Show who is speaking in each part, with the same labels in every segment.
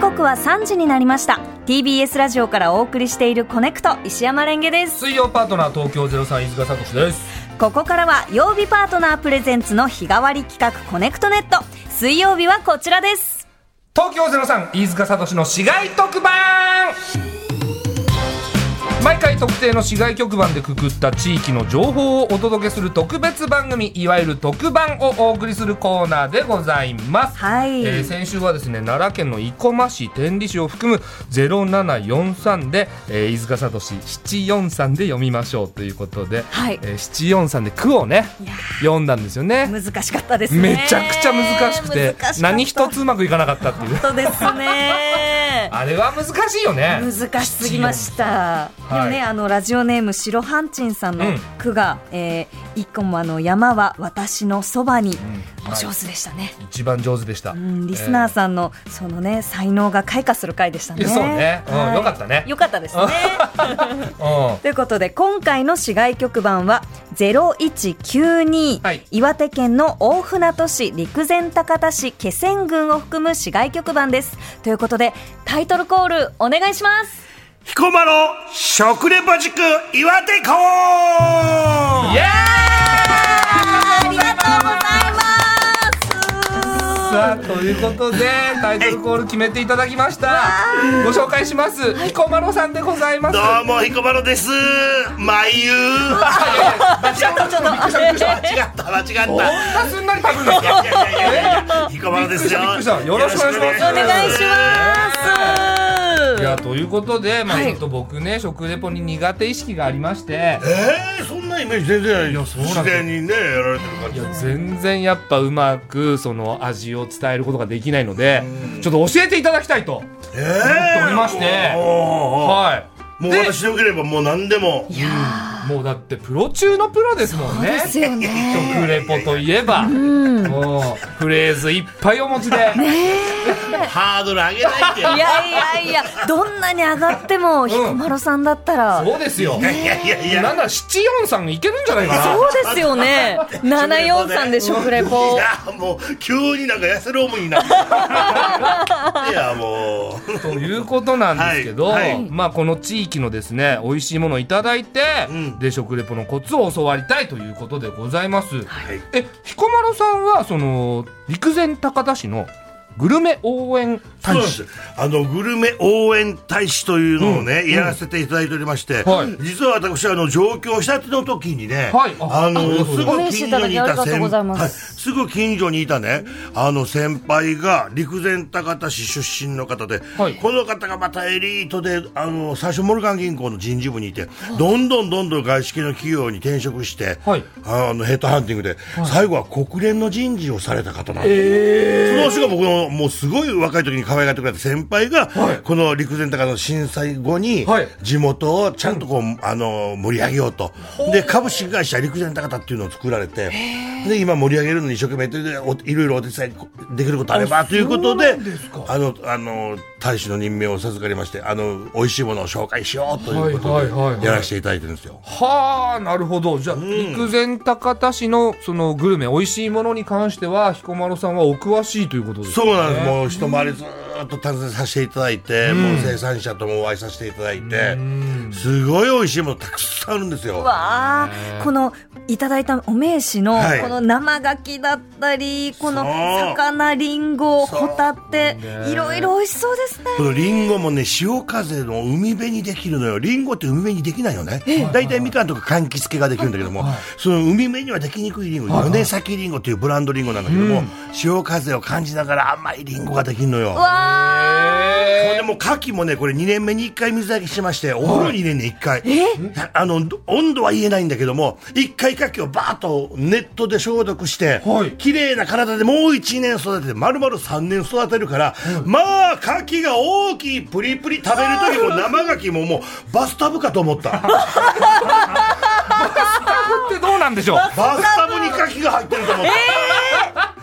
Speaker 1: 刻は3時になりました TBS ラジオからお送りしている「コネクト」石山レンゲです
Speaker 2: 水曜パートナー東京03飯塚聡です
Speaker 1: ここからは曜日パートナープレゼンツの日替わり企画「コネクトネット」水曜日はこちらです
Speaker 2: 東京03飯塚聡の市街特番毎回特定の市街局番でくくった地域の情報をお届けする特別番組いわゆる特番をお送りするコーナーでございます、
Speaker 1: はい
Speaker 2: えー先週はですね奈良県の生駒市天理市を含む0743で、えー飯塚聡743で読みましょうということで、
Speaker 1: はい
Speaker 2: えー743で句をね
Speaker 1: いや
Speaker 2: 読んだんですよね
Speaker 1: 難しかったですね
Speaker 2: めちゃくちゃ難しくて
Speaker 1: 難しかった
Speaker 2: 何一つうまくいかなかった っていう
Speaker 1: 本当ですね
Speaker 2: あれは難しいよね
Speaker 1: 難しすぎました、
Speaker 2: 七四はい
Speaker 1: でもねあのラジオネーム白ハンチンさんの
Speaker 2: うん
Speaker 1: 句が「えー一個もあの山は私のそばに」
Speaker 2: うん
Speaker 1: お上手でしたね、
Speaker 2: 一番上手でした、
Speaker 1: うん、リスナーさんの、そのね才能が開花する回でした
Speaker 2: い
Speaker 1: ね。
Speaker 2: やそうねうん
Speaker 1: はい
Speaker 2: よかったね
Speaker 1: よかったですね。
Speaker 2: えー
Speaker 1: ということで今回の市外局番は0192、
Speaker 2: はい
Speaker 1: 岩手県の大船渡市陸前高田市気仙郡を含む市外局番です。ということでタイトルコールお願いします。
Speaker 3: 彦摩呂食レポ塾岩手校
Speaker 2: うんイエ
Speaker 1: ありがとうございます。
Speaker 2: ーイさあということでタイトルコール決めていただきましたご紹介します彦摩呂さんでございます
Speaker 3: どうも彦摩呂ですまゆ
Speaker 2: ちょっとちょっとびっくりしたびっくりした
Speaker 3: 違った間違った
Speaker 2: こんなすんなり食べるの
Speaker 3: いやいやいやいやいや彦摩呂ですよ
Speaker 2: びっくりしたびっくりしたよろしくお願いします
Speaker 1: お願いしま
Speaker 2: い
Speaker 1: す。
Speaker 2: やということで、まあ、
Speaker 1: はい
Speaker 2: ちょっと僕ね、食レポに苦手意識がありまして、
Speaker 3: えー、そんなイメージ全然ないよ
Speaker 2: うなんで
Speaker 3: 自
Speaker 2: すよ
Speaker 3: 然にねやられてる感
Speaker 2: い
Speaker 3: じ
Speaker 2: や全然やっぱうまくその味を伝えることができないので、ちょっと教えていただきたいと思って
Speaker 3: え
Speaker 2: おりまして、
Speaker 3: も
Speaker 2: はい。
Speaker 3: う
Speaker 2: で、
Speaker 3: 私でよければもう何でも
Speaker 1: いやー
Speaker 2: もうだってプロ中のプロですもんね。
Speaker 1: ですよね。
Speaker 2: 食レポといえば、もうフレーズいっぱいお持ちで、
Speaker 3: ハードル上げないって
Speaker 1: いやいやいや、どんなに上がっても、彦摩呂さんだったら。
Speaker 2: そうですよ。
Speaker 3: いやいやいや
Speaker 2: なんなら七四三いけるんじゃないかな。
Speaker 1: そうですよ ね。七四三で食レ
Speaker 3: い
Speaker 1: ポ。
Speaker 3: やもう急になんか痩せる思い になっていやもう
Speaker 2: ということなんですけど、
Speaker 3: はいはい
Speaker 2: まあこの地域のですね美味しいものをいただいて、
Speaker 3: うん
Speaker 2: で食レポのコツを教わりたいということでございます。
Speaker 3: はい
Speaker 2: え彦摩呂さんはその陸前高田市のグルメ応援
Speaker 3: そ
Speaker 2: 大
Speaker 3: うなんで
Speaker 2: 使
Speaker 3: すあのグルメ応援大使というのをね、
Speaker 2: うん
Speaker 3: やらせていただいておりまして、
Speaker 2: はい
Speaker 3: 実は私あの上京したての時にね、
Speaker 2: はいあ
Speaker 3: あの
Speaker 2: あ
Speaker 3: すぐ
Speaker 1: お名刺
Speaker 3: 近所にいた
Speaker 1: いただきありがとうございます
Speaker 3: すぐ近所にいたねあの先輩が陸前高田市出身の方で、
Speaker 2: はい
Speaker 3: この方がまたエリートであの最初モルガン銀行の人事部にいて、どんどんどんどん外資系の企業に転職して、
Speaker 2: はい
Speaker 3: あのヘッドハンティングで、最後は国連の人事をされた方なんです。その人が僕のもうすごい若い時に可愛がってくれた先輩が、この陸前高田の震災後に
Speaker 2: はい
Speaker 3: 地元をちゃんとこう、あの盛り上げようとで株式会社陸前高田っていうのを作られてで今盛り上げるのに一生懸命やってるおいろいろお手伝いできることあればということであのあの大使の任命を授かりましてあの美味しいものを紹介しようということ
Speaker 2: はいはいはいはい
Speaker 3: でやらせていただいてるんですよ。
Speaker 2: はあなるほどじゃあ、陸前高田市のそのグルメ美味しいものに関しては彦摩呂さんはお詳しいということですね
Speaker 3: そうなんです、もう一回りずーっと訪ねさせていただいて、もう生産者ともお会いさせていただいて、すごい美味しいものたくさんあるんですよ。
Speaker 1: わあ、このいただいたお名刺の、
Speaker 3: はい
Speaker 1: この生ガキだったり、この
Speaker 3: そう
Speaker 1: 魚、リンゴ、ホタテ、いろいろ美味しそうですね。
Speaker 3: このリンゴもね潮風の海辺にできるのよリンゴって海辺にできないよね大体みかんとか柑橘系ができるんだけども、その海辺にはできにくいリンゴ米崎リンゴっていうブランドリンゴなんだけども、潮風を感じながら甘いリンゴができるのよ
Speaker 2: へ
Speaker 3: これでもう牡蠣もねこれ2年目に1回水揚げしましてお風呂に入れんね1回、あの温度は言えないんだけども1回牡蠣をバーッとネットで消毒して、
Speaker 2: はい
Speaker 3: 綺麗な体でもう1年育てて丸々3年育てるから、まあ牡蠣が大きいプリプリ食べる時も生牡蠣ももうバスタブかと思 った
Speaker 2: ーってどうなんでしょう
Speaker 3: バスタブに牡蠣が入ってると思っ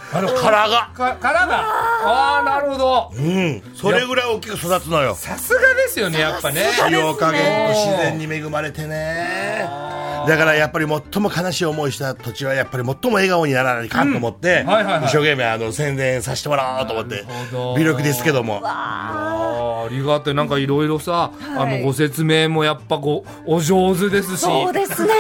Speaker 3: た、あの殻が
Speaker 2: かからがああなるほど
Speaker 3: うんそれぐらい大きく育つのよ
Speaker 2: さすがですよねやっぱね
Speaker 3: 塩加減と自然に恵まれてねだからやっぱり最も悲しい思いした土地はやっぱり最も笑顔にならないかんと思って、
Speaker 2: うんはいはいはい
Speaker 3: 一生懸命あの宣伝させてもらおうと思って
Speaker 2: なるほど
Speaker 3: 微力ですけども
Speaker 2: あーありがたいなんかいろいろさ、
Speaker 1: はい
Speaker 2: あのご説明もやっぱこうお上手ですし
Speaker 1: そうですね。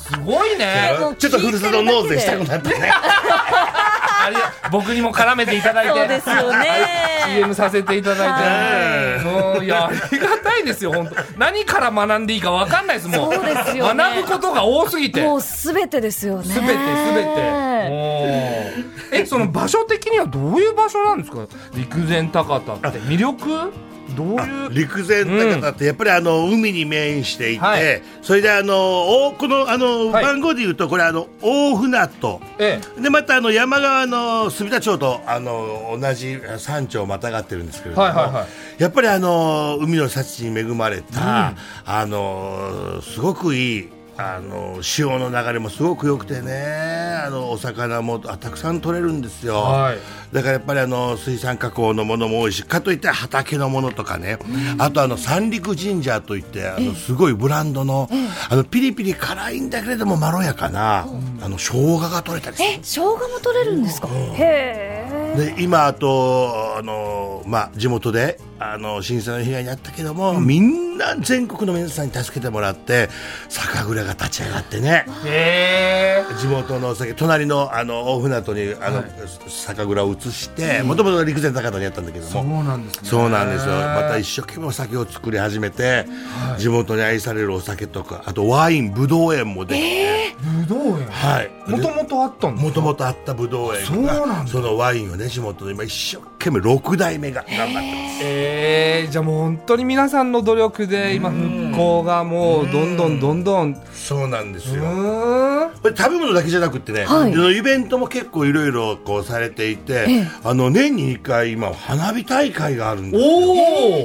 Speaker 2: すごいね
Speaker 1: もう
Speaker 3: ちょっとふるさと納税したくなったね
Speaker 2: あり僕にも絡めていただいて
Speaker 1: そうです よね
Speaker 2: CM させていただいて、うん、いやありがたいですよ本当何から学んでいいか分かんないですもう
Speaker 1: そうですよね
Speaker 2: 学ぶことが多すぎて
Speaker 1: もうすべてですよね。
Speaker 2: すべてすべておーえその場所的にはどういう場所なんですか陸前高田って魅力どういう
Speaker 3: 陸前高田ってやっぱりあの海に面していて、
Speaker 2: はい
Speaker 3: それであのおこのあの
Speaker 2: はい
Speaker 3: 番号で言うとこれあの大船渡
Speaker 2: ええ
Speaker 3: でまたあの山側の住田町とあの同じ山頂をまたがってるんですけれども、
Speaker 2: はいはいは
Speaker 3: やっぱりあの海の幸に恵まれた、あのすごくいいあの潮の流れもすごく良くてねあのお魚もあたくさん取れるんですよ、
Speaker 2: はい
Speaker 3: だからやっぱりあの水産加工のものも多いしかといって畑のものとかね、あとあの三陸神社といってあのすごいブランドの,、あのピリピリ辛いんだけれどもまろやかな、あの生姜が取れたりする
Speaker 1: え、生姜も取れるんですか。へえ。
Speaker 3: で今あとあの、まあ、地元であの震災の被害に遭ったけども、みんな全国の皆さんに助けてもらって酒蔵が立ち上がってね
Speaker 2: へえ
Speaker 3: 地元のお酒隣のあの大船渡にあの、
Speaker 2: はい
Speaker 3: 酒蔵を移してもともと陸前高田にあったんだけど
Speaker 2: そう
Speaker 3: も。
Speaker 2: なんですね
Speaker 3: そうなんですよまた一生懸命お酒を作り始めて、地元に愛されるお酒とかあとワインぶどう園もできて、
Speaker 2: ぶどう園
Speaker 3: はい
Speaker 2: もともとあったんです
Speaker 3: もともとあったぶどう園
Speaker 2: そうなん
Speaker 3: が
Speaker 2: だ
Speaker 3: そのワインをね地元の今一生懸命6代目が頑張ってます
Speaker 2: えー、じゃあもう本当に皆さんの努力で今復興がもうどんどんどんどんう
Speaker 3: そうなんですよ、
Speaker 2: ーん
Speaker 3: これ食べ物だけじゃなくってね、
Speaker 1: はい
Speaker 3: あのイベントも結構いろいろこうされていて、あの年に1回今花火大会があるんですよ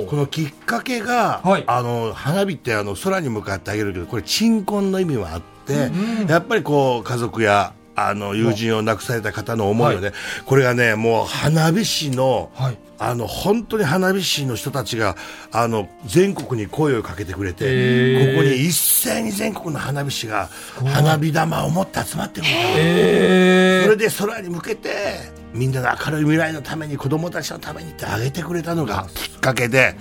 Speaker 2: お
Speaker 3: このきっかけが、
Speaker 2: はい
Speaker 3: あの花火ってあの空に向かってあげるけどこれ鎮魂の意味はあって、やっぱりこう家族やあの友人を亡くされた方の思いをね、これがねもう花火師の、
Speaker 2: はい
Speaker 3: あの本当に花火師の人たちがあの全国に声をかけてくれて、
Speaker 2: へー
Speaker 3: ここに一斉に全国の花火師が花火玉を持って集まってくるんだよ
Speaker 2: え
Speaker 3: それで空に向けてみんなの明るい未来のために子供たちのためにってあげてくれたのがきっかけで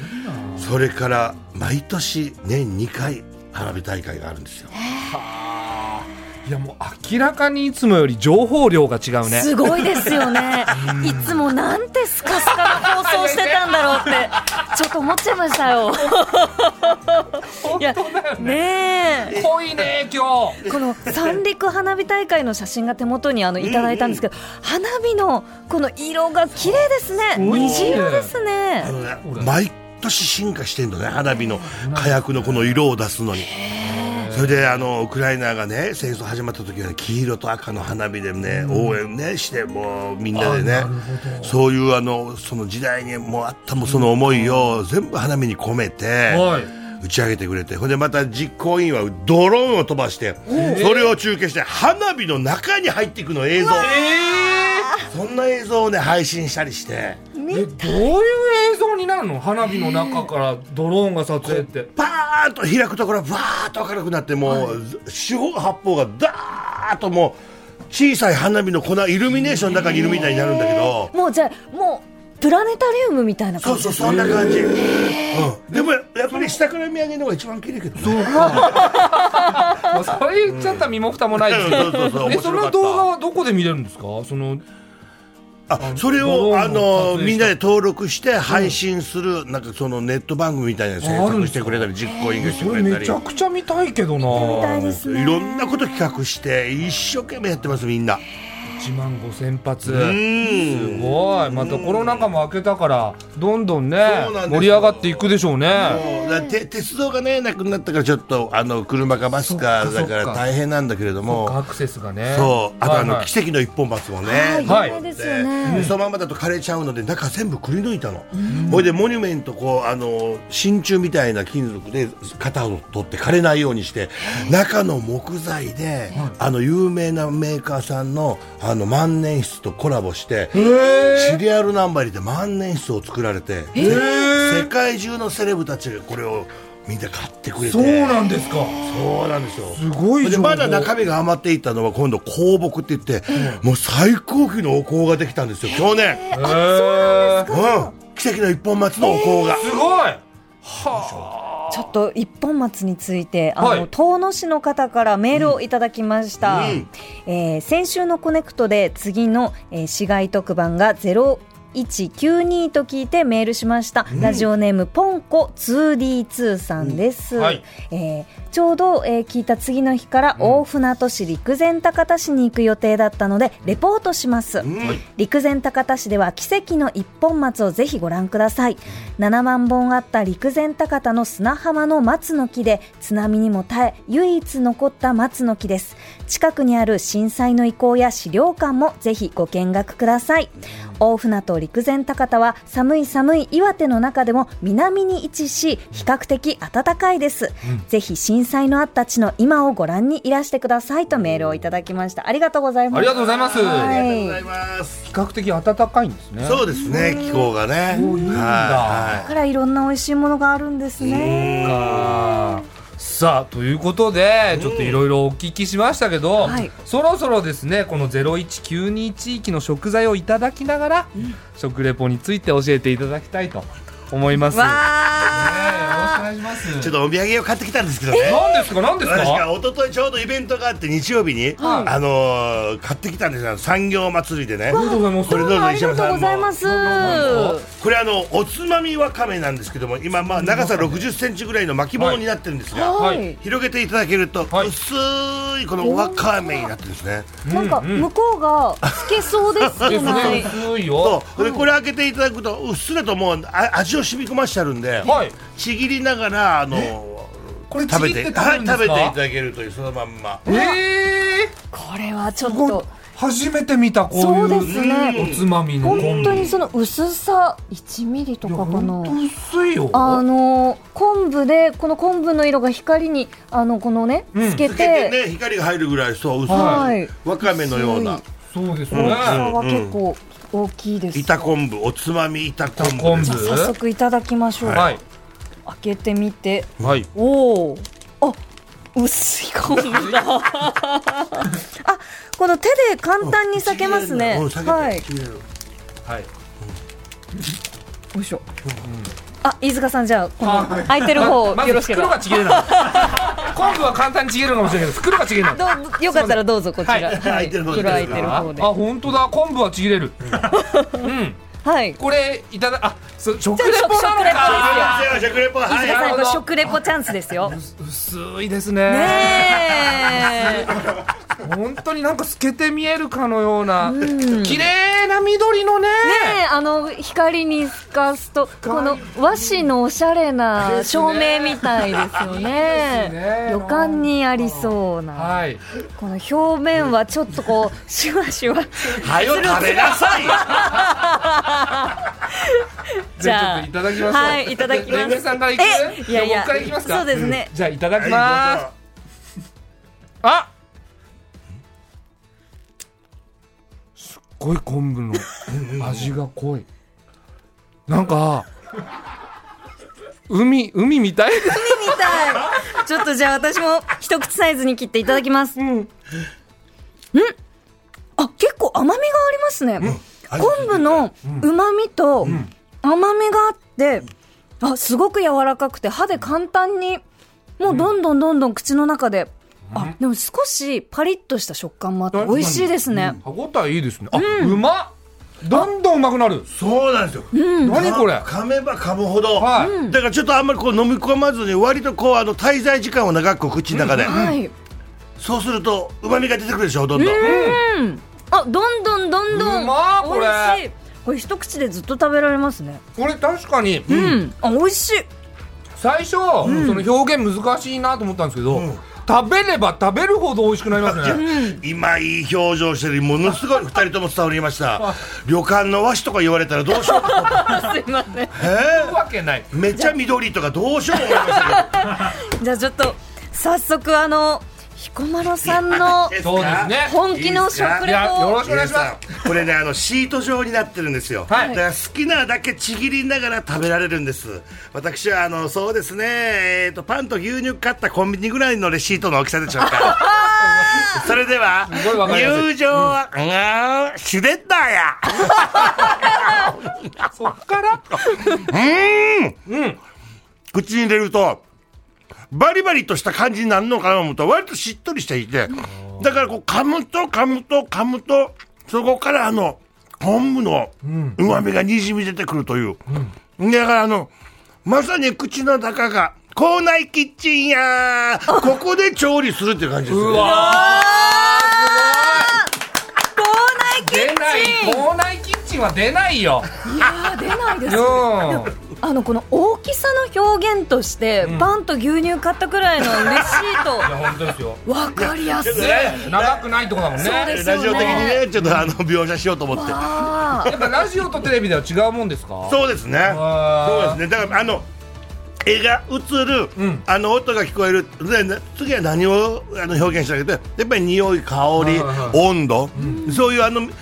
Speaker 3: それから毎年年2回花火大会があるんですよ。
Speaker 2: ー、いやもう明らかにいつもより情報量が違うね
Speaker 1: すごいですよね。いつもなんてスカスカな放送してたんだろうって、ちょっと思っちゃいましたよ。
Speaker 2: 本
Speaker 1: いや
Speaker 2: 当だよね
Speaker 1: ねえ。
Speaker 2: 濃いね今日
Speaker 1: この三陸花火大会の写真が手元にあのいただいたんですけど、花火のこの色が綺麗ですね。
Speaker 2: ごいね
Speaker 1: 虹色ですね
Speaker 3: あ。のね毎年進化してんのね花火の火薬のこの色を出すのに。それであのウクライナがね戦争始まった時はね黄色と赤の花火でね応援ねしてもうみんなでねそういうあのその時代にもうあったもうその思いを全部花火に込めて
Speaker 2: はい
Speaker 3: 打ち上げてくれてほんでまた実行委員はドローンを飛ばしてそれを中継して花火の中に入っていくの映像そんな映像をね配信したりして。
Speaker 2: えどういう映像になるの花火の中からドローンが撮影って
Speaker 3: バーンと開くところがバーンと明るくなってもう、四方八方がダーッともう小さい花火の粉イルミネーションの中にいるみたいになるんだけど、
Speaker 1: もうじゃあもうプラネタリウムみたいな
Speaker 3: そ
Speaker 1: 感
Speaker 3: う
Speaker 1: じ
Speaker 3: そうそんな感じ、うん、でもやっぱり下から見上げるのが一番綺麗けどね
Speaker 2: もうそれ言っちゃった身も蓋もないですけ
Speaker 3: うんそうそうそ
Speaker 2: ど
Speaker 3: う
Speaker 2: えその
Speaker 3: 面白かった
Speaker 2: 動画はどこで見れるんですかその
Speaker 3: あそれ
Speaker 2: ドロ
Speaker 3: を
Speaker 2: ー
Speaker 3: あ
Speaker 2: ンを撮影し
Speaker 3: の
Speaker 2: た
Speaker 3: みんなで登録して配信する、なんかそのネット番組みたいなの制
Speaker 2: ああるんです
Speaker 3: 作
Speaker 2: か
Speaker 3: してくれたり実行委員がして
Speaker 2: そ
Speaker 3: く
Speaker 2: れ
Speaker 3: れた
Speaker 2: め
Speaker 3: り
Speaker 2: ちゃくちゃ見たいけどな
Speaker 1: みたいですね。
Speaker 3: いろんなこと企画して一生懸命やってますみんな。
Speaker 2: 1万5000発
Speaker 3: う
Speaker 2: す
Speaker 3: ん
Speaker 2: ごいまたコロナ禍も明けたからどんどんね
Speaker 3: そうなんです
Speaker 2: 盛
Speaker 3: よ
Speaker 2: り上がっていくでしょうね
Speaker 3: もうだて鉄道がねなくなったからちょっとあの車かバスか
Speaker 2: そっかそ
Speaker 3: だ
Speaker 2: っか
Speaker 3: から大変なんだけれども
Speaker 2: アクセスがね
Speaker 3: そうあとあの、
Speaker 2: はいはい
Speaker 3: 奇跡の一本松もね、
Speaker 1: はい、有
Speaker 2: はい
Speaker 1: 名ですよね。
Speaker 3: でそのままだと枯れちゃうので中全部くり抜いたの、ほいでモニュメントこうあの真鍮みたいな金属で型を取って枯れないようにして中の木材で、あの有名なメーカーさんのあの万年筆とコラボしてシリアルナンバーで万年筆を作られて、世界中のセレブたちがこれをみんな買ってくれて
Speaker 2: そうなんですか
Speaker 3: そうなんですよ
Speaker 2: すごい
Speaker 3: で
Speaker 2: 情報
Speaker 3: まだ中身が余っていたのは今度香木って言って、もう最高級のお香ができたんですよ去年、
Speaker 2: えー
Speaker 3: うん、奇跡の一本松のお香が、
Speaker 2: すごいは
Speaker 1: ちょっと一本松について、あの、
Speaker 2: はい
Speaker 1: 遠野市の方からメールをいただきました。
Speaker 3: うん
Speaker 1: えー先週のコネクトで次の、えー市街特番が0192と聞いてメールしました、ラジオネームポンコ 2D2 さんです、
Speaker 2: うんはい
Speaker 1: えーちょうど、えー聞いた次の日から大船渡市陸前高田市に行く予定だったのでレポートします、陸前高田市では奇跡の一本松をぜひご覧ください7万本あった陸前高田の砂浜の松の木で津波にも耐え唯一残った松の木です近くにある震災の遺構や資料館もぜひご見学ください大船渡陸前高田は寒い寒い岩手の中でも南に位置し比較的暖かいです、ぜひ震災のあった地の今をご覧にいらしてくださいとメールをいただきましたありがとうございます
Speaker 2: ありがとうございます
Speaker 1: は
Speaker 3: ありがとうございます
Speaker 2: 比較的暖かいんですね
Speaker 3: そうですね気候がね
Speaker 2: そういうんだ
Speaker 1: だ
Speaker 3: は
Speaker 1: からいろんな美味しいものがあるんですね。
Speaker 2: かさあということでちょっといろいろお聞きしましたけど、
Speaker 1: はい
Speaker 2: そろそろですねこの0192地域の食材をいただきながら、食レポについて教えていただきたいと思います。ねえよろしく
Speaker 1: わ
Speaker 2: お
Speaker 1: あ。
Speaker 2: 願いしま
Speaker 3: い
Speaker 2: す
Speaker 3: ちょっとお土産を買ってきたんですけどね
Speaker 2: 何ですか何です
Speaker 3: 確
Speaker 2: か
Speaker 3: か一昨日ちょうどイベントがあって日曜日に、あのー買ってきたんですよ産業祭りでね
Speaker 2: ありがとうございます
Speaker 3: これどうぞ
Speaker 1: ありがとうございます。
Speaker 3: これあのおつまみわかめなんですけども今まあ長さ6 0センチぐらいの巻物になってるんですが、
Speaker 1: は
Speaker 2: はいい。
Speaker 3: 広げていただけると
Speaker 2: はい
Speaker 3: 薄いこのわかめになってるんですね、
Speaker 1: なんか向こうがつけそうです
Speaker 2: で
Speaker 1: け
Speaker 2: す
Speaker 1: ど。
Speaker 2: ね薄いよ
Speaker 3: そうでこれ開けていただくとうっすらともうあ味を染み込ましてあるんで、
Speaker 2: はい
Speaker 3: ちぎりながらあの
Speaker 2: これ
Speaker 3: 食べ
Speaker 2: ちぎ
Speaker 3: て
Speaker 2: って食べるんですか
Speaker 3: はい、食べていただけるというそのまんま
Speaker 2: え
Speaker 1: これはちょっ
Speaker 2: ー、こと初めて見たこういう
Speaker 1: そうですね
Speaker 2: おつまみのコンビ
Speaker 1: 本当にその薄さ1ミリとかかな
Speaker 2: 本。当薄いよ
Speaker 1: あの昆布でこの昆布の色が光にあのこのね
Speaker 2: うん
Speaker 1: つけ
Speaker 3: つけ
Speaker 1: て、
Speaker 3: てね光が入るぐらいそう薄い、
Speaker 1: はい
Speaker 3: わかめのような
Speaker 1: 薄
Speaker 2: そうです
Speaker 1: 大
Speaker 2: ね
Speaker 1: きさは結構大きいです。
Speaker 3: 板昆布おつまみ板昆布
Speaker 2: 板昆布
Speaker 1: じゃあ早速いただきましょう。
Speaker 2: はい
Speaker 1: 開けてみて。
Speaker 2: はい
Speaker 1: おお。あ、薄い昆布だ。あ、この手で簡単に裂けますね。
Speaker 3: うん裂けて
Speaker 1: はい。
Speaker 3: 切れる
Speaker 2: はい
Speaker 1: おいしょ。あ、飯塚さんじゃあこの開いてる方
Speaker 2: ま
Speaker 1: よ
Speaker 2: ず
Speaker 1: ろしけれ
Speaker 2: 袋
Speaker 1: ば
Speaker 2: が。ちぎ れない昆布は簡単にちぎれるかもしれないけど袋がちぎれない
Speaker 1: どうよかったらどうぞこちら。
Speaker 2: はい
Speaker 3: 開いてる方で
Speaker 1: 袋開いてる
Speaker 2: あ
Speaker 1: 方で。
Speaker 2: 本当だ昆布はちぎれるうん
Speaker 1: はい。
Speaker 2: これいただあそう食レポなの
Speaker 1: じゃ
Speaker 2: か
Speaker 3: あ食レポは
Speaker 1: 飯
Speaker 3: い
Speaker 1: 塚さんこれ
Speaker 2: なるほど
Speaker 1: 食レポチャンスですよ。ね
Speaker 2: 薄いですね
Speaker 1: え。
Speaker 2: 本当になんか透けて見えるかのような綺麗な緑のね
Speaker 1: ねえあの光に透かすとこの和紙のおしゃれな照明みたいですよね
Speaker 2: いいですね
Speaker 1: 旅館にありそうな、
Speaker 2: はい
Speaker 1: この表面はちょっとこうシュワシ ュワ
Speaker 3: はよ食べなさい
Speaker 1: じ
Speaker 2: じ
Speaker 1: ゃ
Speaker 2: ゃ
Speaker 1: あ
Speaker 2: あちょっといただきましょう
Speaker 1: はいいただきます
Speaker 2: レミさんからいく
Speaker 1: えいやいや
Speaker 2: じゃあ僕からいきますか
Speaker 1: そうですね
Speaker 2: じゃあいただき ますあすっごい昆布 の味が濃いなんか海海みたい
Speaker 1: みたいちょっとじゃあ私も一口サイズに切っていただきますうん、あ結構甘みがありますね、昆布のうまみと甘みがあってあすごく柔らかくて歯で簡単にもうどんどんどんどん口の中で、あでも少しパリッとした食感もあって美味しいですね、
Speaker 2: 歯ごたえいいですねあ、うまっどんどんうまくなる
Speaker 3: そうなんですよ、
Speaker 2: 何これ
Speaker 3: 噛めば噛むほど、
Speaker 2: はい
Speaker 3: うんだからちょっとあんまりこう飲み込まずに割とこうあの滞在時間を長く口の中で、
Speaker 1: はい
Speaker 3: そうするとうまみが出てくるでしょどんどん、
Speaker 1: あどんどんどんどん
Speaker 2: うまーこれ
Speaker 1: 美味しいこれ一口でずっと食べられますね
Speaker 2: これ確かに
Speaker 1: うん、あ美味しい
Speaker 2: 最初、その表現難しいなと思ったんですけど、
Speaker 3: ん
Speaker 2: 食べれば食べるほど美味しくなりますね
Speaker 3: 今いい表情してるものすごい二人とも伝わりました旅館の和紙とか言われたらどうしようと思って
Speaker 1: すいません
Speaker 2: あるわけない
Speaker 3: めっちゃ緑とかどうしようも思いましたけど
Speaker 1: じゃあちょっと早速あの彦摩呂さんの
Speaker 3: ですか
Speaker 2: そうですね
Speaker 1: 本気の食
Speaker 2: い
Speaker 1: レ
Speaker 2: やよ
Speaker 1: ポ
Speaker 2: ろしくお願
Speaker 3: 皆
Speaker 2: いしま
Speaker 3: さ
Speaker 2: す
Speaker 3: んこれねあのシート状になってるんですよ、
Speaker 2: はい
Speaker 3: だから好きなだけちぎりながら食べられるんです私はあのそうですね、えー、とパンと牛乳買ったコンビニぐらいのレシートの大きさでしょ うかそれでは
Speaker 2: ごいわかりやすい
Speaker 3: 友情は、うーん、シュレッダーや
Speaker 2: そっから
Speaker 3: 口に入れるとバリバリとした感じになるのかなと思ったら割としっとりしていてだからこう噛むと噛むと噛むとそこからあの昆布のうまみがにじみ出てくるという、だからあのまさに口の中が校内キッチンやー ここで調理するっていう感じです
Speaker 2: う
Speaker 3: よ
Speaker 2: わ
Speaker 1: 校内キ
Speaker 2: ー出ない
Speaker 1: ッチン
Speaker 2: 校内キッチンは出ないよ
Speaker 1: いやー出ないです
Speaker 2: う
Speaker 1: ね
Speaker 2: ん
Speaker 1: あのこの大きさの表現として、パンと牛乳買ったくらいのレシー
Speaker 2: 本当ですよ
Speaker 1: トわかりやすい
Speaker 2: ね長くないとこだもんね
Speaker 1: そうですよ
Speaker 3: ラジオ的に
Speaker 1: ね
Speaker 3: ねちょっとあの描写しようと思って
Speaker 1: あ
Speaker 2: やっぱラジオとテレビでは違うもんですか
Speaker 3: そうですね。そう
Speaker 2: わー
Speaker 3: ですね。だからあの絵が映る、
Speaker 2: うん
Speaker 3: あの音が聞こえる。でね次は何をあの表現したかというとやっぱり匂い、香り、
Speaker 2: はいはい
Speaker 3: 温度、そういうあの伝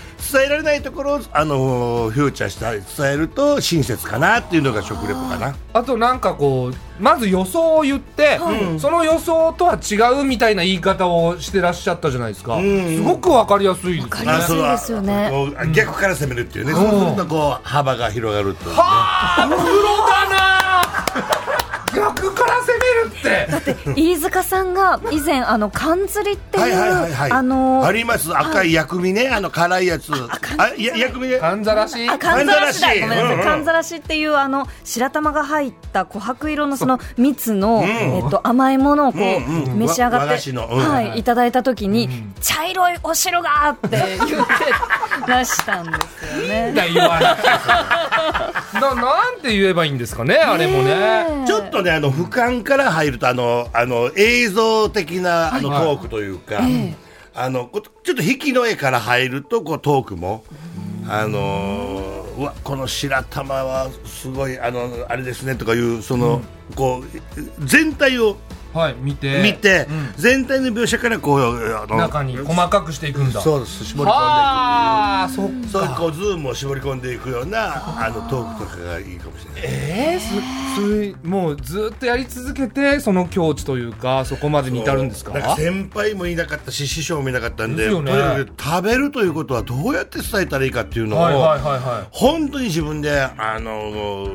Speaker 3: えられないところをあのフューチャーした伝えると親切かなっていうのが食レポかな。
Speaker 2: あとなんかこうまず予想を言って、その予想とは違うみたいな言い方をしてらっしゃったじゃないですか、
Speaker 3: ん
Speaker 2: すごくわかりやすいで
Speaker 1: わか
Speaker 2: す
Speaker 1: りや
Speaker 2: ね
Speaker 1: すいですよね
Speaker 3: そうだこう逆から攻めるっていうね。そうするとこう幅が広がるというね。
Speaker 2: あプロだな逆から攻めるって
Speaker 1: ー飯塚さんが以前あの缶釣りっていう、
Speaker 3: はいはいはいはい。
Speaker 1: あの
Speaker 3: あります赤い薬味ね、あの辛いやつ。あ、いや薬味ね。
Speaker 2: かんざらし
Speaker 1: あかんざらしだ
Speaker 3: かんざらし
Speaker 1: ごめんなさ
Speaker 3: うんう
Speaker 1: い
Speaker 3: ん
Speaker 1: かんざらしっていうあの白玉が入った琥珀色のその蜜の、えっと、甘いものをこう、
Speaker 3: うんうん
Speaker 1: 召し上が
Speaker 3: わ和
Speaker 1: っ
Speaker 3: 菓
Speaker 1: て、
Speaker 3: 子のうん
Speaker 1: はい、いただいた時に、茶色いお城がって言ってらしたんですよ ね。
Speaker 2: だ言わなくてななんて言えばいいんですかねあれもね
Speaker 3: ちょっとね、あの俯瞰から入ると、あの、あの映像的な、あの
Speaker 2: はい
Speaker 3: トークというか。あの、こちょっと引きの絵から入ると、こうトークも。あのーうわ、この白玉はすごい、あの、あれですねとかいう、その、こう。全体を
Speaker 2: はい見て
Speaker 3: 見て、
Speaker 2: うん
Speaker 3: 全体の描写から、こう、あの。
Speaker 2: 中に細かくしていくんだ
Speaker 3: そうです、絞り込んでいく。
Speaker 2: あーそっ
Speaker 3: そういうこうズームを絞り込んでいくようなあのトークとかがいいかもしれない。
Speaker 2: えー、そそれもうずっとやり続けてその境地というかそこまでに至るんですか
Speaker 3: なん先輩もいなかったし師匠もいなかったん
Speaker 2: で
Speaker 3: です
Speaker 2: よね
Speaker 3: とにかく食べるということはどうやって伝えたらいいかっていうのを、
Speaker 2: はいはいはいは
Speaker 3: 本当に自分であの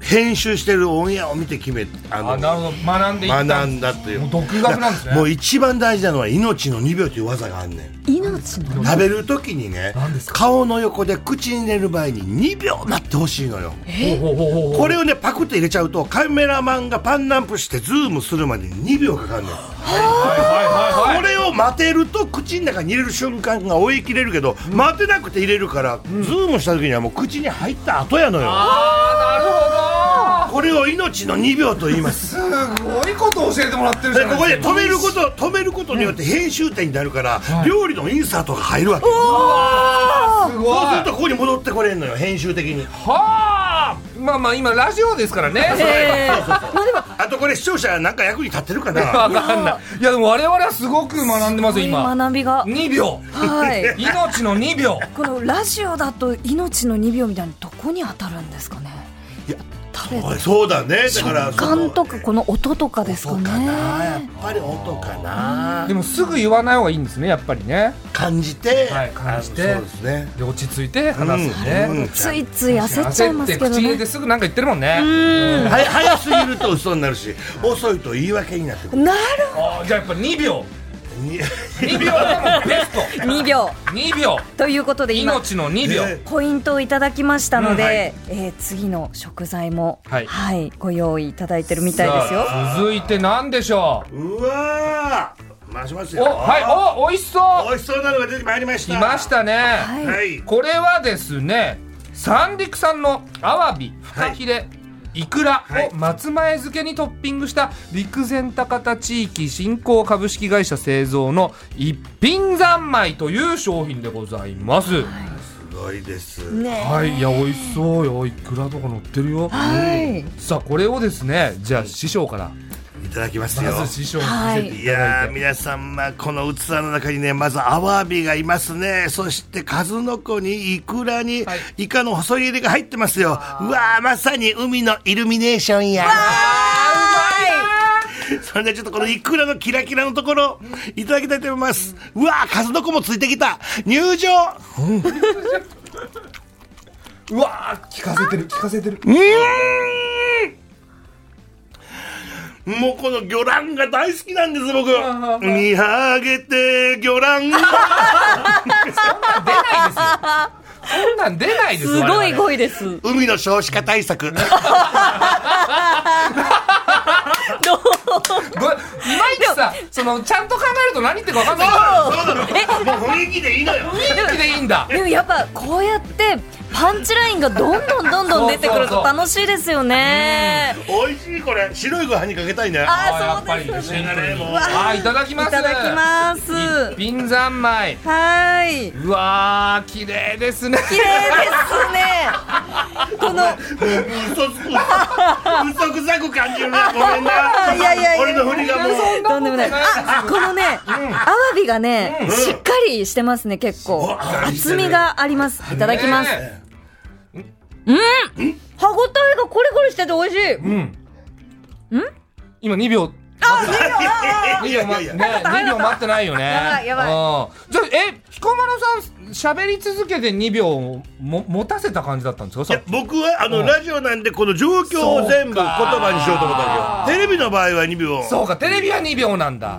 Speaker 3: 編集してるオンエアを見て決めあ
Speaker 2: い
Speaker 3: の
Speaker 2: あなるほど学んでいった
Speaker 3: 学んだっていう
Speaker 2: もう独学なんですね
Speaker 3: もう一番大事なのは命の2秒という技があんねん
Speaker 1: 命の
Speaker 3: 食べる時にね
Speaker 2: 何ですか
Speaker 3: 顔の横で口に入れる前に2秒待ってほしいのよ
Speaker 2: ほうほうほうほう
Speaker 3: これをねパクって入れちゃうとカメラマンがパンナンプしてズームするまでに2秒かかるのよ
Speaker 2: はいはいはい
Speaker 3: これを待てると口の中に入れる瞬間が追い切れるけど、待てなくて入れるから、ズームした時にはもう口に入った後やのよ
Speaker 2: あ
Speaker 3: これを命の2秒と言いま す
Speaker 2: ーなるほどすごいこと教えてもらってるじ
Speaker 3: で
Speaker 2: ゃな
Speaker 3: こ
Speaker 2: い
Speaker 3: こ
Speaker 2: で
Speaker 3: です止
Speaker 2: か
Speaker 3: めること止めることによって編集点になるから、
Speaker 2: い
Speaker 3: 料理のインサートが入るわけ
Speaker 2: す
Speaker 3: そうする
Speaker 2: ごい
Speaker 3: とここに戻ってこれんのよ編集的に
Speaker 2: はあまあまあ今ラジオですからねそれ
Speaker 1: えーまあでも
Speaker 3: あとこれ視聴者なんか役に立ってるかな
Speaker 2: わかんないいやでも我々はすごく学んでますよ今
Speaker 1: 学びが
Speaker 2: 2秒
Speaker 1: はい
Speaker 2: 命の2秒
Speaker 1: このラジオだと命の2秒みたいにどこに当たるんですかね
Speaker 3: いや
Speaker 1: 食べ
Speaker 3: おいそうだねだから
Speaker 1: 食感とかこの音とかです
Speaker 3: そ
Speaker 1: か
Speaker 3: う
Speaker 1: ね
Speaker 3: かなやっぱり音かな
Speaker 2: でもすぐ言わない方がいいんですねやっぱりね
Speaker 3: 感じて、
Speaker 2: はい感じて
Speaker 3: あのそうですね
Speaker 2: で落ち着いて話すね、
Speaker 3: うんうん
Speaker 1: ついつい焦っちゃいますけ
Speaker 2: 焦っ
Speaker 1: ど
Speaker 2: て口に入
Speaker 1: ね
Speaker 2: れてすぐなんか言ってるもんね
Speaker 3: は早すぎると嘘になるし遅いと言い訳になってくる
Speaker 1: なる
Speaker 2: あーじゃあやっぱ2秒
Speaker 3: に
Speaker 2: 2秒でもベスト
Speaker 1: 2秒
Speaker 2: 2秒
Speaker 1: ということで今
Speaker 2: 命の2秒、
Speaker 3: ね
Speaker 1: ポイントをいただきましたので、
Speaker 2: うんはい
Speaker 1: えー次の食材も、は
Speaker 2: はいい
Speaker 1: ご用意いただいてるみたいですよ
Speaker 2: さあ続いて何でしょ
Speaker 3: うわー回します
Speaker 2: うお
Speaker 3: よ
Speaker 2: はいお美味しそう
Speaker 3: 美味しそうなのが出てまいりました
Speaker 2: 来ましたね、
Speaker 1: はい、
Speaker 3: はい
Speaker 2: これはですね三陸産のアワビフカヒレ、イクラ
Speaker 3: はい
Speaker 2: を松前漬けにトッピングした陸前高田地域振興株式会社製造の一品三昧という商品でございます。
Speaker 3: すごいです
Speaker 1: ね
Speaker 2: はい、いや美味しそうよ。いくらとか乗ってるよ。
Speaker 1: はい
Speaker 2: さあこれをですね、じゃあ師匠からい
Speaker 3: いただきますよ
Speaker 2: まず師匠に
Speaker 1: はい
Speaker 2: 見せて
Speaker 3: い
Speaker 2: いただ
Speaker 3: や
Speaker 2: い
Speaker 3: ー
Speaker 2: て、
Speaker 3: 皆さん、まあ、この器の中にねまずアワビがいますねそして数の子にイクラに、
Speaker 2: はい
Speaker 3: イカの細切りが入ってますようわーまさに海のイルミネーションやそれではちょっとこのイクラのキラキラのところいただきたいと思いますうわー数の子もついてきた入場
Speaker 2: うわー聞かせてる聞かせてる
Speaker 3: うーんもうこの魚卵が大好きなんです僕見上げて魚 卵
Speaker 2: 出ないですよそんなん出ないです
Speaker 1: すごい
Speaker 2: ご
Speaker 1: 語彙です。 どう
Speaker 3: 海の少子化対 策
Speaker 2: ごいまいちさそのちゃんと考えると何言ってるか分かんない
Speaker 3: そうなの。もう雰囲気でいいのよ。
Speaker 2: 雰囲気でいいんだ
Speaker 1: でもやっぱこうやってパンチラインがどんどんどんどん出てくると楽しいですよね。
Speaker 3: 美味しいこれ。白いご飯にかけたいね。
Speaker 1: あーそう
Speaker 2: やっぱ
Speaker 1: で
Speaker 2: り
Speaker 1: す。
Speaker 2: シンプルに
Speaker 3: うわ
Speaker 2: あーいただきま
Speaker 1: い
Speaker 2: す
Speaker 1: ただきます。は
Speaker 2: 瓶三昧
Speaker 1: ーい。
Speaker 2: うわー綺麗ですね
Speaker 1: 綺麗ですね。この
Speaker 3: 嘘つく。 嘘くさく感じるね。ごめんな。
Speaker 1: いやいやいや
Speaker 3: 俺の振りがもう。
Speaker 1: とんでもない。あ、このね、アワビがね、しっかりしてますね、結構。厚みがあります。いただきます。
Speaker 2: ね
Speaker 1: 歯ごたえがコリコリしてて美味しい。
Speaker 2: えうんん今2秒
Speaker 3: い
Speaker 2: 2
Speaker 3: や
Speaker 2: 秒
Speaker 3: いや
Speaker 2: 待
Speaker 3: い
Speaker 2: って
Speaker 3: や。
Speaker 2: ね2秒待ってないよね
Speaker 1: やばいやばい
Speaker 2: うんじゃあえ彦摩呂さん喋り続けて2秒も持たせた感じだったんですか
Speaker 3: い
Speaker 2: さっ
Speaker 3: や
Speaker 2: き
Speaker 3: 僕はあ
Speaker 2: う
Speaker 3: の
Speaker 2: ん
Speaker 3: ラジオなんでこの状況を全部言葉にしようと思ったわけよテレビの場合は2秒
Speaker 2: そうかテレビは2秒なんだ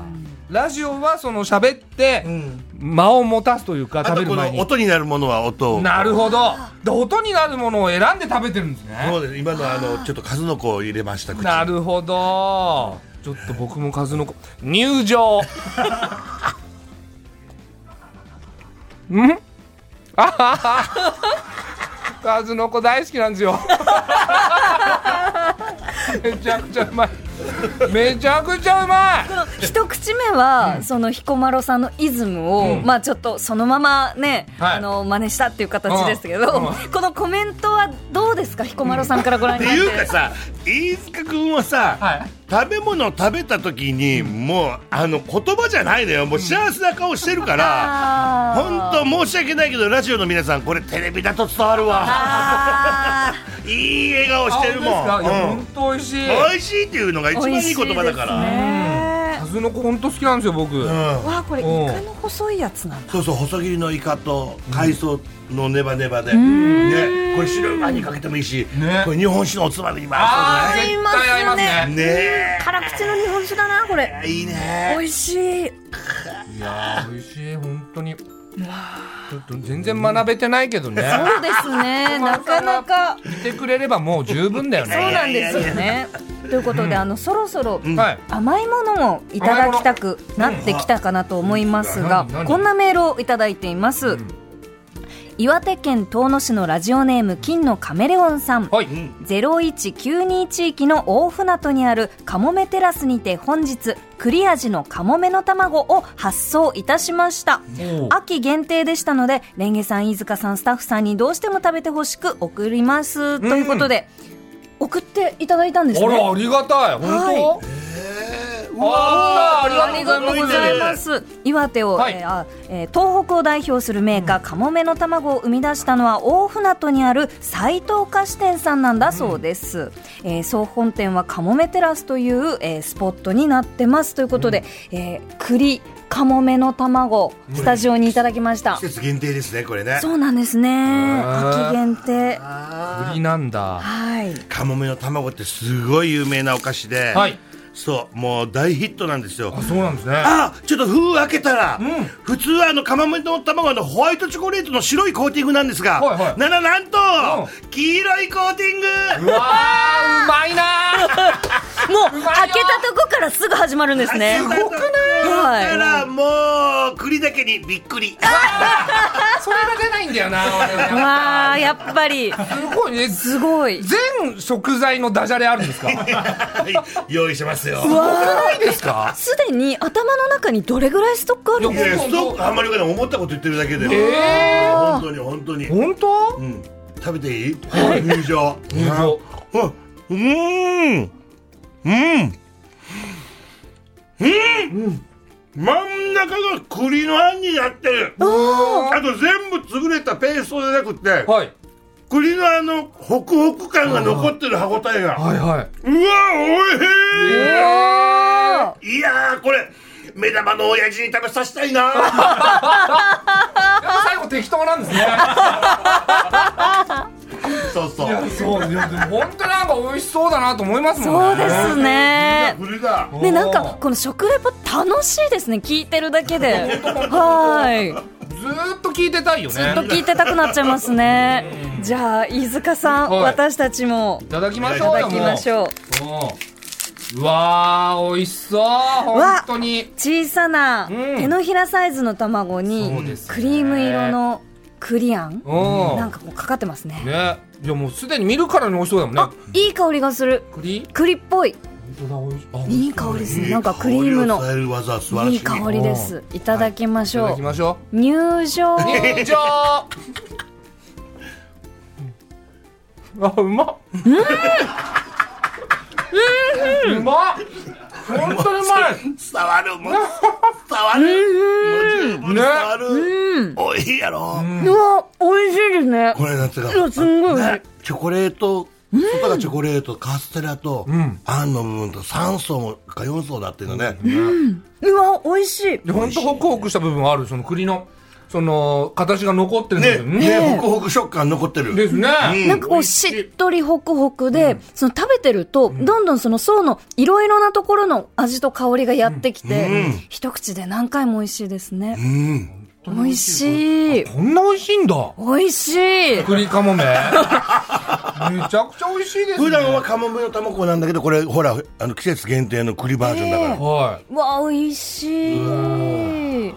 Speaker 2: ラジオはその喋って間を持たすというか
Speaker 3: あ
Speaker 2: 食べ
Speaker 3: と
Speaker 2: る
Speaker 3: こ
Speaker 2: 前
Speaker 3: の
Speaker 2: に
Speaker 3: 音になるものは音を
Speaker 2: なるほどで音になるものを選んで食べてるんですね
Speaker 3: そうです今のあのちょっと数の子を入れました口
Speaker 2: なるほどちょっと僕も数の子入場ん あはは数の子大好きなんですよ めちゃくちゃうまいめちゃくちゃうまい
Speaker 1: 一口目は、その彦摩呂さんのイズムを、まあちょっとそのままね、
Speaker 2: はい
Speaker 1: あの真似したっていう形ですけど、
Speaker 2: うんう
Speaker 1: このコメントはどうですか彦摩呂さんからご覧
Speaker 3: って
Speaker 1: になって。
Speaker 3: いうかさ飯塚君はさ、
Speaker 2: はい
Speaker 3: 食べ物を食べた時に、もうあの言葉じゃないのよもう幸せな顔してるから
Speaker 1: あー
Speaker 3: 本当申し訳ないけどラジオの皆さんこれテレビだと伝わるわ
Speaker 1: あ
Speaker 3: いい笑顔してるもん、
Speaker 2: あ本当ですかいや
Speaker 3: うん
Speaker 2: 本当美味しい
Speaker 3: 美味しいっていうのが一
Speaker 1: ー
Speaker 3: 番
Speaker 1: 美
Speaker 3: い
Speaker 1: 味
Speaker 3: い
Speaker 1: し
Speaker 3: 言葉だから、
Speaker 1: ですね
Speaker 2: 数の子本当好きなんですよ僕、
Speaker 3: うん
Speaker 1: わあこれイ
Speaker 2: うん
Speaker 1: カの細いやつなんだ。
Speaker 3: そうそう細切りのイカと海藻のネバネバで、ね、これ白いワインにかけてもいいし、
Speaker 2: ね
Speaker 3: これ日本酒のおつまみにも
Speaker 2: あ
Speaker 3: 合
Speaker 2: あ
Speaker 3: いそ
Speaker 1: ー
Speaker 3: う
Speaker 2: 絶対合います
Speaker 1: 合
Speaker 2: ね
Speaker 3: だねねえ
Speaker 1: 辛口の日本酒だなこれ。
Speaker 3: いいね
Speaker 1: 美味しい。
Speaker 2: いやー美味しい本当にちょっと全然学べてないけどね
Speaker 1: そうですねなかなか。
Speaker 2: いてくれればもう十分だよ
Speaker 1: そう
Speaker 2: ね
Speaker 1: なんですよね。ということで、あのそろそろ、
Speaker 2: はい
Speaker 1: 甘いものをいただきたくなってきたかなと思いますが、
Speaker 2: うん何何
Speaker 1: こんなメールをいただいています、
Speaker 2: ん
Speaker 1: 岩手県遠野市のラジオネーム金のカメレオンさん、
Speaker 2: はい、
Speaker 1: 0192地域の大船渡にあるカモメテラスにて本日栗味のカモメの卵を発送いたしました
Speaker 2: おう
Speaker 1: 秋限定でしたのでレンゲさん飯塚さんスタッフさんにどうしても食べてほしく送りますということで送っていただいたんです
Speaker 2: あら
Speaker 1: ね
Speaker 2: ありがたい
Speaker 1: は
Speaker 2: 本当、
Speaker 3: う
Speaker 2: わーあ
Speaker 1: あ
Speaker 2: り
Speaker 1: り
Speaker 2: が
Speaker 1: がと
Speaker 2: とう
Speaker 1: う
Speaker 2: ご
Speaker 1: ご
Speaker 2: ざ
Speaker 1: ざ
Speaker 2: い
Speaker 1: い
Speaker 2: ま
Speaker 1: ます。岩手を、
Speaker 2: はい
Speaker 1: えーあえー東北を代表するメーカー、カモメの卵を生み出したのは大船渡にある斎藤菓子店さんなんだそうです。えー総本店はカモメテラスという、えースポットになってますということで、えー栗カモメの卵スタジオにいただきました
Speaker 3: 季。節限定ですねこれね
Speaker 1: そうなんですね。
Speaker 2: ー
Speaker 1: 秋限定。
Speaker 2: 売りなんだ
Speaker 1: はい。
Speaker 3: カモメの卵ってすごい有名なお菓子で、
Speaker 2: はい
Speaker 3: そうもう大ヒットなんですよ
Speaker 2: あそうなんですね
Speaker 3: あちょっと封開けたら、
Speaker 2: ん
Speaker 3: 普通はあのカモメの卵はあのホワイトチョコレートの白いコーティングなんですが、
Speaker 2: はいはい
Speaker 3: なななんと、
Speaker 2: う
Speaker 3: 黄色いコーティング
Speaker 2: うわーうまいなー
Speaker 1: もう
Speaker 2: うまいよ
Speaker 1: 開けたとこからすぐ始まるんですね。
Speaker 3: ごく
Speaker 1: はい
Speaker 3: だからもう栗だけにびっくり
Speaker 2: それが出ないんだよな俺は
Speaker 1: わあやっぱり
Speaker 2: すごいね
Speaker 1: すごい。
Speaker 2: 全食材のダジャレあるんですか
Speaker 3: はい用意してますよ
Speaker 2: ないですか
Speaker 1: すでに頭の中にどれぐらいストックある
Speaker 3: い
Speaker 1: の
Speaker 3: やストックあんまりない思ったこと言ってるだけで、
Speaker 2: え
Speaker 3: 本当に本当に、
Speaker 2: ー、本当
Speaker 3: うん、食べていい入場
Speaker 2: 入場
Speaker 3: あうーんうん真ん中が栗のあんになってるあと全部潰れたペーストじゃなくて
Speaker 2: はい
Speaker 3: 栗のあのホクホク感が残ってる歯ごたえが
Speaker 2: はいはいう
Speaker 3: わおいしい、
Speaker 1: おー
Speaker 3: いやーこれ目玉の親父に食べさせたいな
Speaker 2: やっぱ最後適当なんですね
Speaker 3: そうそ
Speaker 2: いやそういやでも本当なんか美味しそうだなと思いますも
Speaker 1: そ
Speaker 2: ん
Speaker 1: う
Speaker 2: ね
Speaker 1: ですね
Speaker 3: 栗だ
Speaker 2: す
Speaker 1: ねなんかこの食レポ楽しいですね聞いてるだけではい
Speaker 2: ずーっと聞いてたいよね
Speaker 1: ずっと聞いてたくなっちゃいますねじゃあ飯塚さん、
Speaker 2: はい
Speaker 1: 私たちも
Speaker 2: いただきまし
Speaker 1: い
Speaker 2: ょう
Speaker 1: た
Speaker 2: よ
Speaker 1: だきましょう
Speaker 2: もううんうわー美味しそう本当に
Speaker 1: 小さな
Speaker 2: うん
Speaker 1: 手のひらサイズの卵に
Speaker 2: そうですね
Speaker 1: クリーム色のクリアン
Speaker 2: うん
Speaker 1: なんかこうかかってますね
Speaker 2: ねいやもうすでに見るからに美味しそうだもんね
Speaker 1: あいい香りがする
Speaker 2: 栗
Speaker 1: 栗っぽい
Speaker 2: 本当だ美味しあ
Speaker 1: いい香りですねなんかクリームの
Speaker 3: 香りを伝える技は素晴らしい
Speaker 1: いい香りですいただきまし
Speaker 2: いた
Speaker 1: ょ
Speaker 2: だき
Speaker 1: う
Speaker 2: ましょ
Speaker 1: 入場
Speaker 2: う入場あうまっ うんうまっ本当にうまい
Speaker 3: 伝わるもん伝わるもちろん伝わるおいしいやろ、
Speaker 1: うわ美味しいですね
Speaker 3: これなんていう
Speaker 1: いや
Speaker 3: か
Speaker 1: すんごい美味しい
Speaker 3: チョコレート外がチョコレートカステラと、
Speaker 2: ん
Speaker 3: あんの部分と3層か4層だっていうのね、
Speaker 1: うわ美味しい
Speaker 2: で本当ホクホクした部分あるその栗のその形が残ってるんだ
Speaker 3: ね
Speaker 2: けど
Speaker 3: ねホクホク食感残ってる
Speaker 2: ですね、
Speaker 3: うん
Speaker 1: なんかこうしっとりホクホクで、その食べてると、どんどんその層のいろいろなところの味と香りがやってきて、一口で何回も美味しいですね。
Speaker 3: うん
Speaker 1: 美味しい。
Speaker 2: こんな美味しいんだ
Speaker 1: 美味しい。
Speaker 2: 栗かもめめちゃくちゃ美味しいですね
Speaker 3: 普段はカモメの卵なんだけどこれほらあの季節限定の栗バージョンだから、
Speaker 2: は
Speaker 1: わ、美味しい。
Speaker 2: い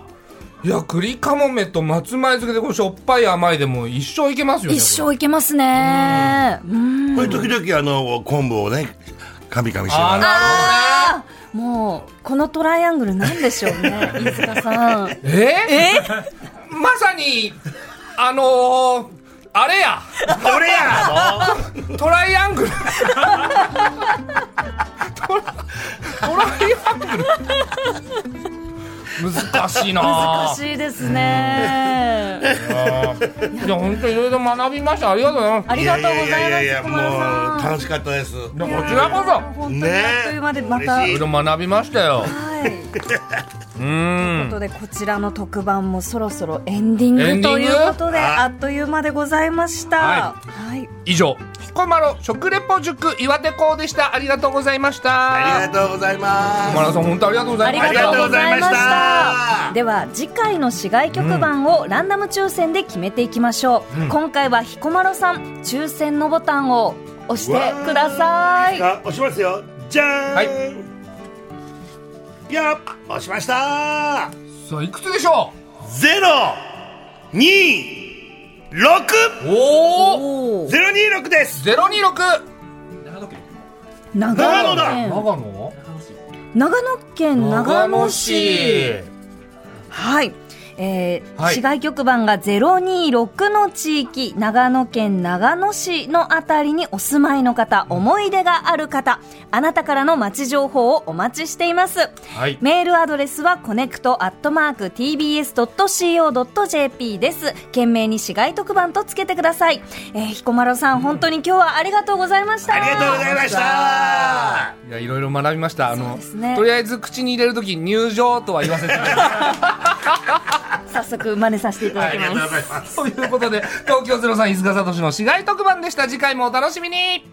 Speaker 2: いや栗かもめと松前漬けでこれしょっぱい甘いでも一生いけますよね
Speaker 1: 一生いけますね。うん。
Speaker 3: これ時々あの昆布をねカミカミし
Speaker 2: あ
Speaker 3: なが
Speaker 1: あーもう、このトライアングルなんでしょうね、飯塚さん。
Speaker 2: ーなるほどねええまさにあのー、あれや
Speaker 3: ら俺や
Speaker 2: トライアングルトラトライアングル難しいな
Speaker 1: 難
Speaker 2: い
Speaker 1: しいですね。
Speaker 2: いや本当いろいろ学びましたありがとうございます
Speaker 1: ありがとうございます、
Speaker 3: も
Speaker 1: 小丸
Speaker 3: う
Speaker 1: さん。
Speaker 3: 楽しかったです
Speaker 2: いやこちらこそ
Speaker 1: 本当にあっという間でまた、
Speaker 3: ね
Speaker 2: いろいろ学びましたよ
Speaker 1: はい。という
Speaker 2: うー
Speaker 1: こ
Speaker 2: ん
Speaker 1: とでこちらの特番もそろそろエンディン
Speaker 2: エン
Speaker 1: グと
Speaker 2: ディング
Speaker 1: いうことで
Speaker 3: あ
Speaker 1: あっという間でございました。
Speaker 2: は
Speaker 1: はい。
Speaker 2: 以上彦摩呂食レポ塾岩手校でしたありがとうございました
Speaker 3: ありがとうございます
Speaker 2: 彦摩呂さん本当ありがとうござ
Speaker 1: あ
Speaker 2: い
Speaker 1: り
Speaker 2: ました
Speaker 1: がとうございまし
Speaker 3: あ
Speaker 1: た。では次回の市外局番をランダム抽選で決めていきましょう。今回は彦摩呂さん抽選のボタンを押してください。
Speaker 3: あ押しますよじゃーん
Speaker 2: はい
Speaker 3: いや押しました
Speaker 2: さあいくつでしょ
Speaker 3: ゼロ二六
Speaker 2: うおお
Speaker 1: おお。
Speaker 3: ゼロ二六です
Speaker 2: ゼロ二六
Speaker 1: 長野
Speaker 3: 長
Speaker 1: 県
Speaker 2: 長野
Speaker 1: 長野県長野市。はい。えー
Speaker 2: はい
Speaker 1: 市外局番が026の地域、長野県長野市のあたりにお住まいの方、思い出がある方、あなたからの街情報をお待ちしています。
Speaker 2: はい
Speaker 1: メールアドレスはコネクトアットマーク tbs.co.jp です。懸命に市外特番とつけてください。えー、彦摩呂さん、本当に今日はありがとうございました。
Speaker 3: ありがとうございました
Speaker 2: いやいろいろ学びましたあ
Speaker 1: そう
Speaker 2: の
Speaker 1: ですね
Speaker 2: とりあえず口に入れるとき入場とは言わせてください
Speaker 1: 早速、真似させていただ
Speaker 3: あ
Speaker 1: き
Speaker 3: りが
Speaker 1: ま
Speaker 3: とう
Speaker 1: す
Speaker 3: ご。ざいます
Speaker 2: ということで東京ゼロさん飯塚聡の市街特番でした次回もお楽しみに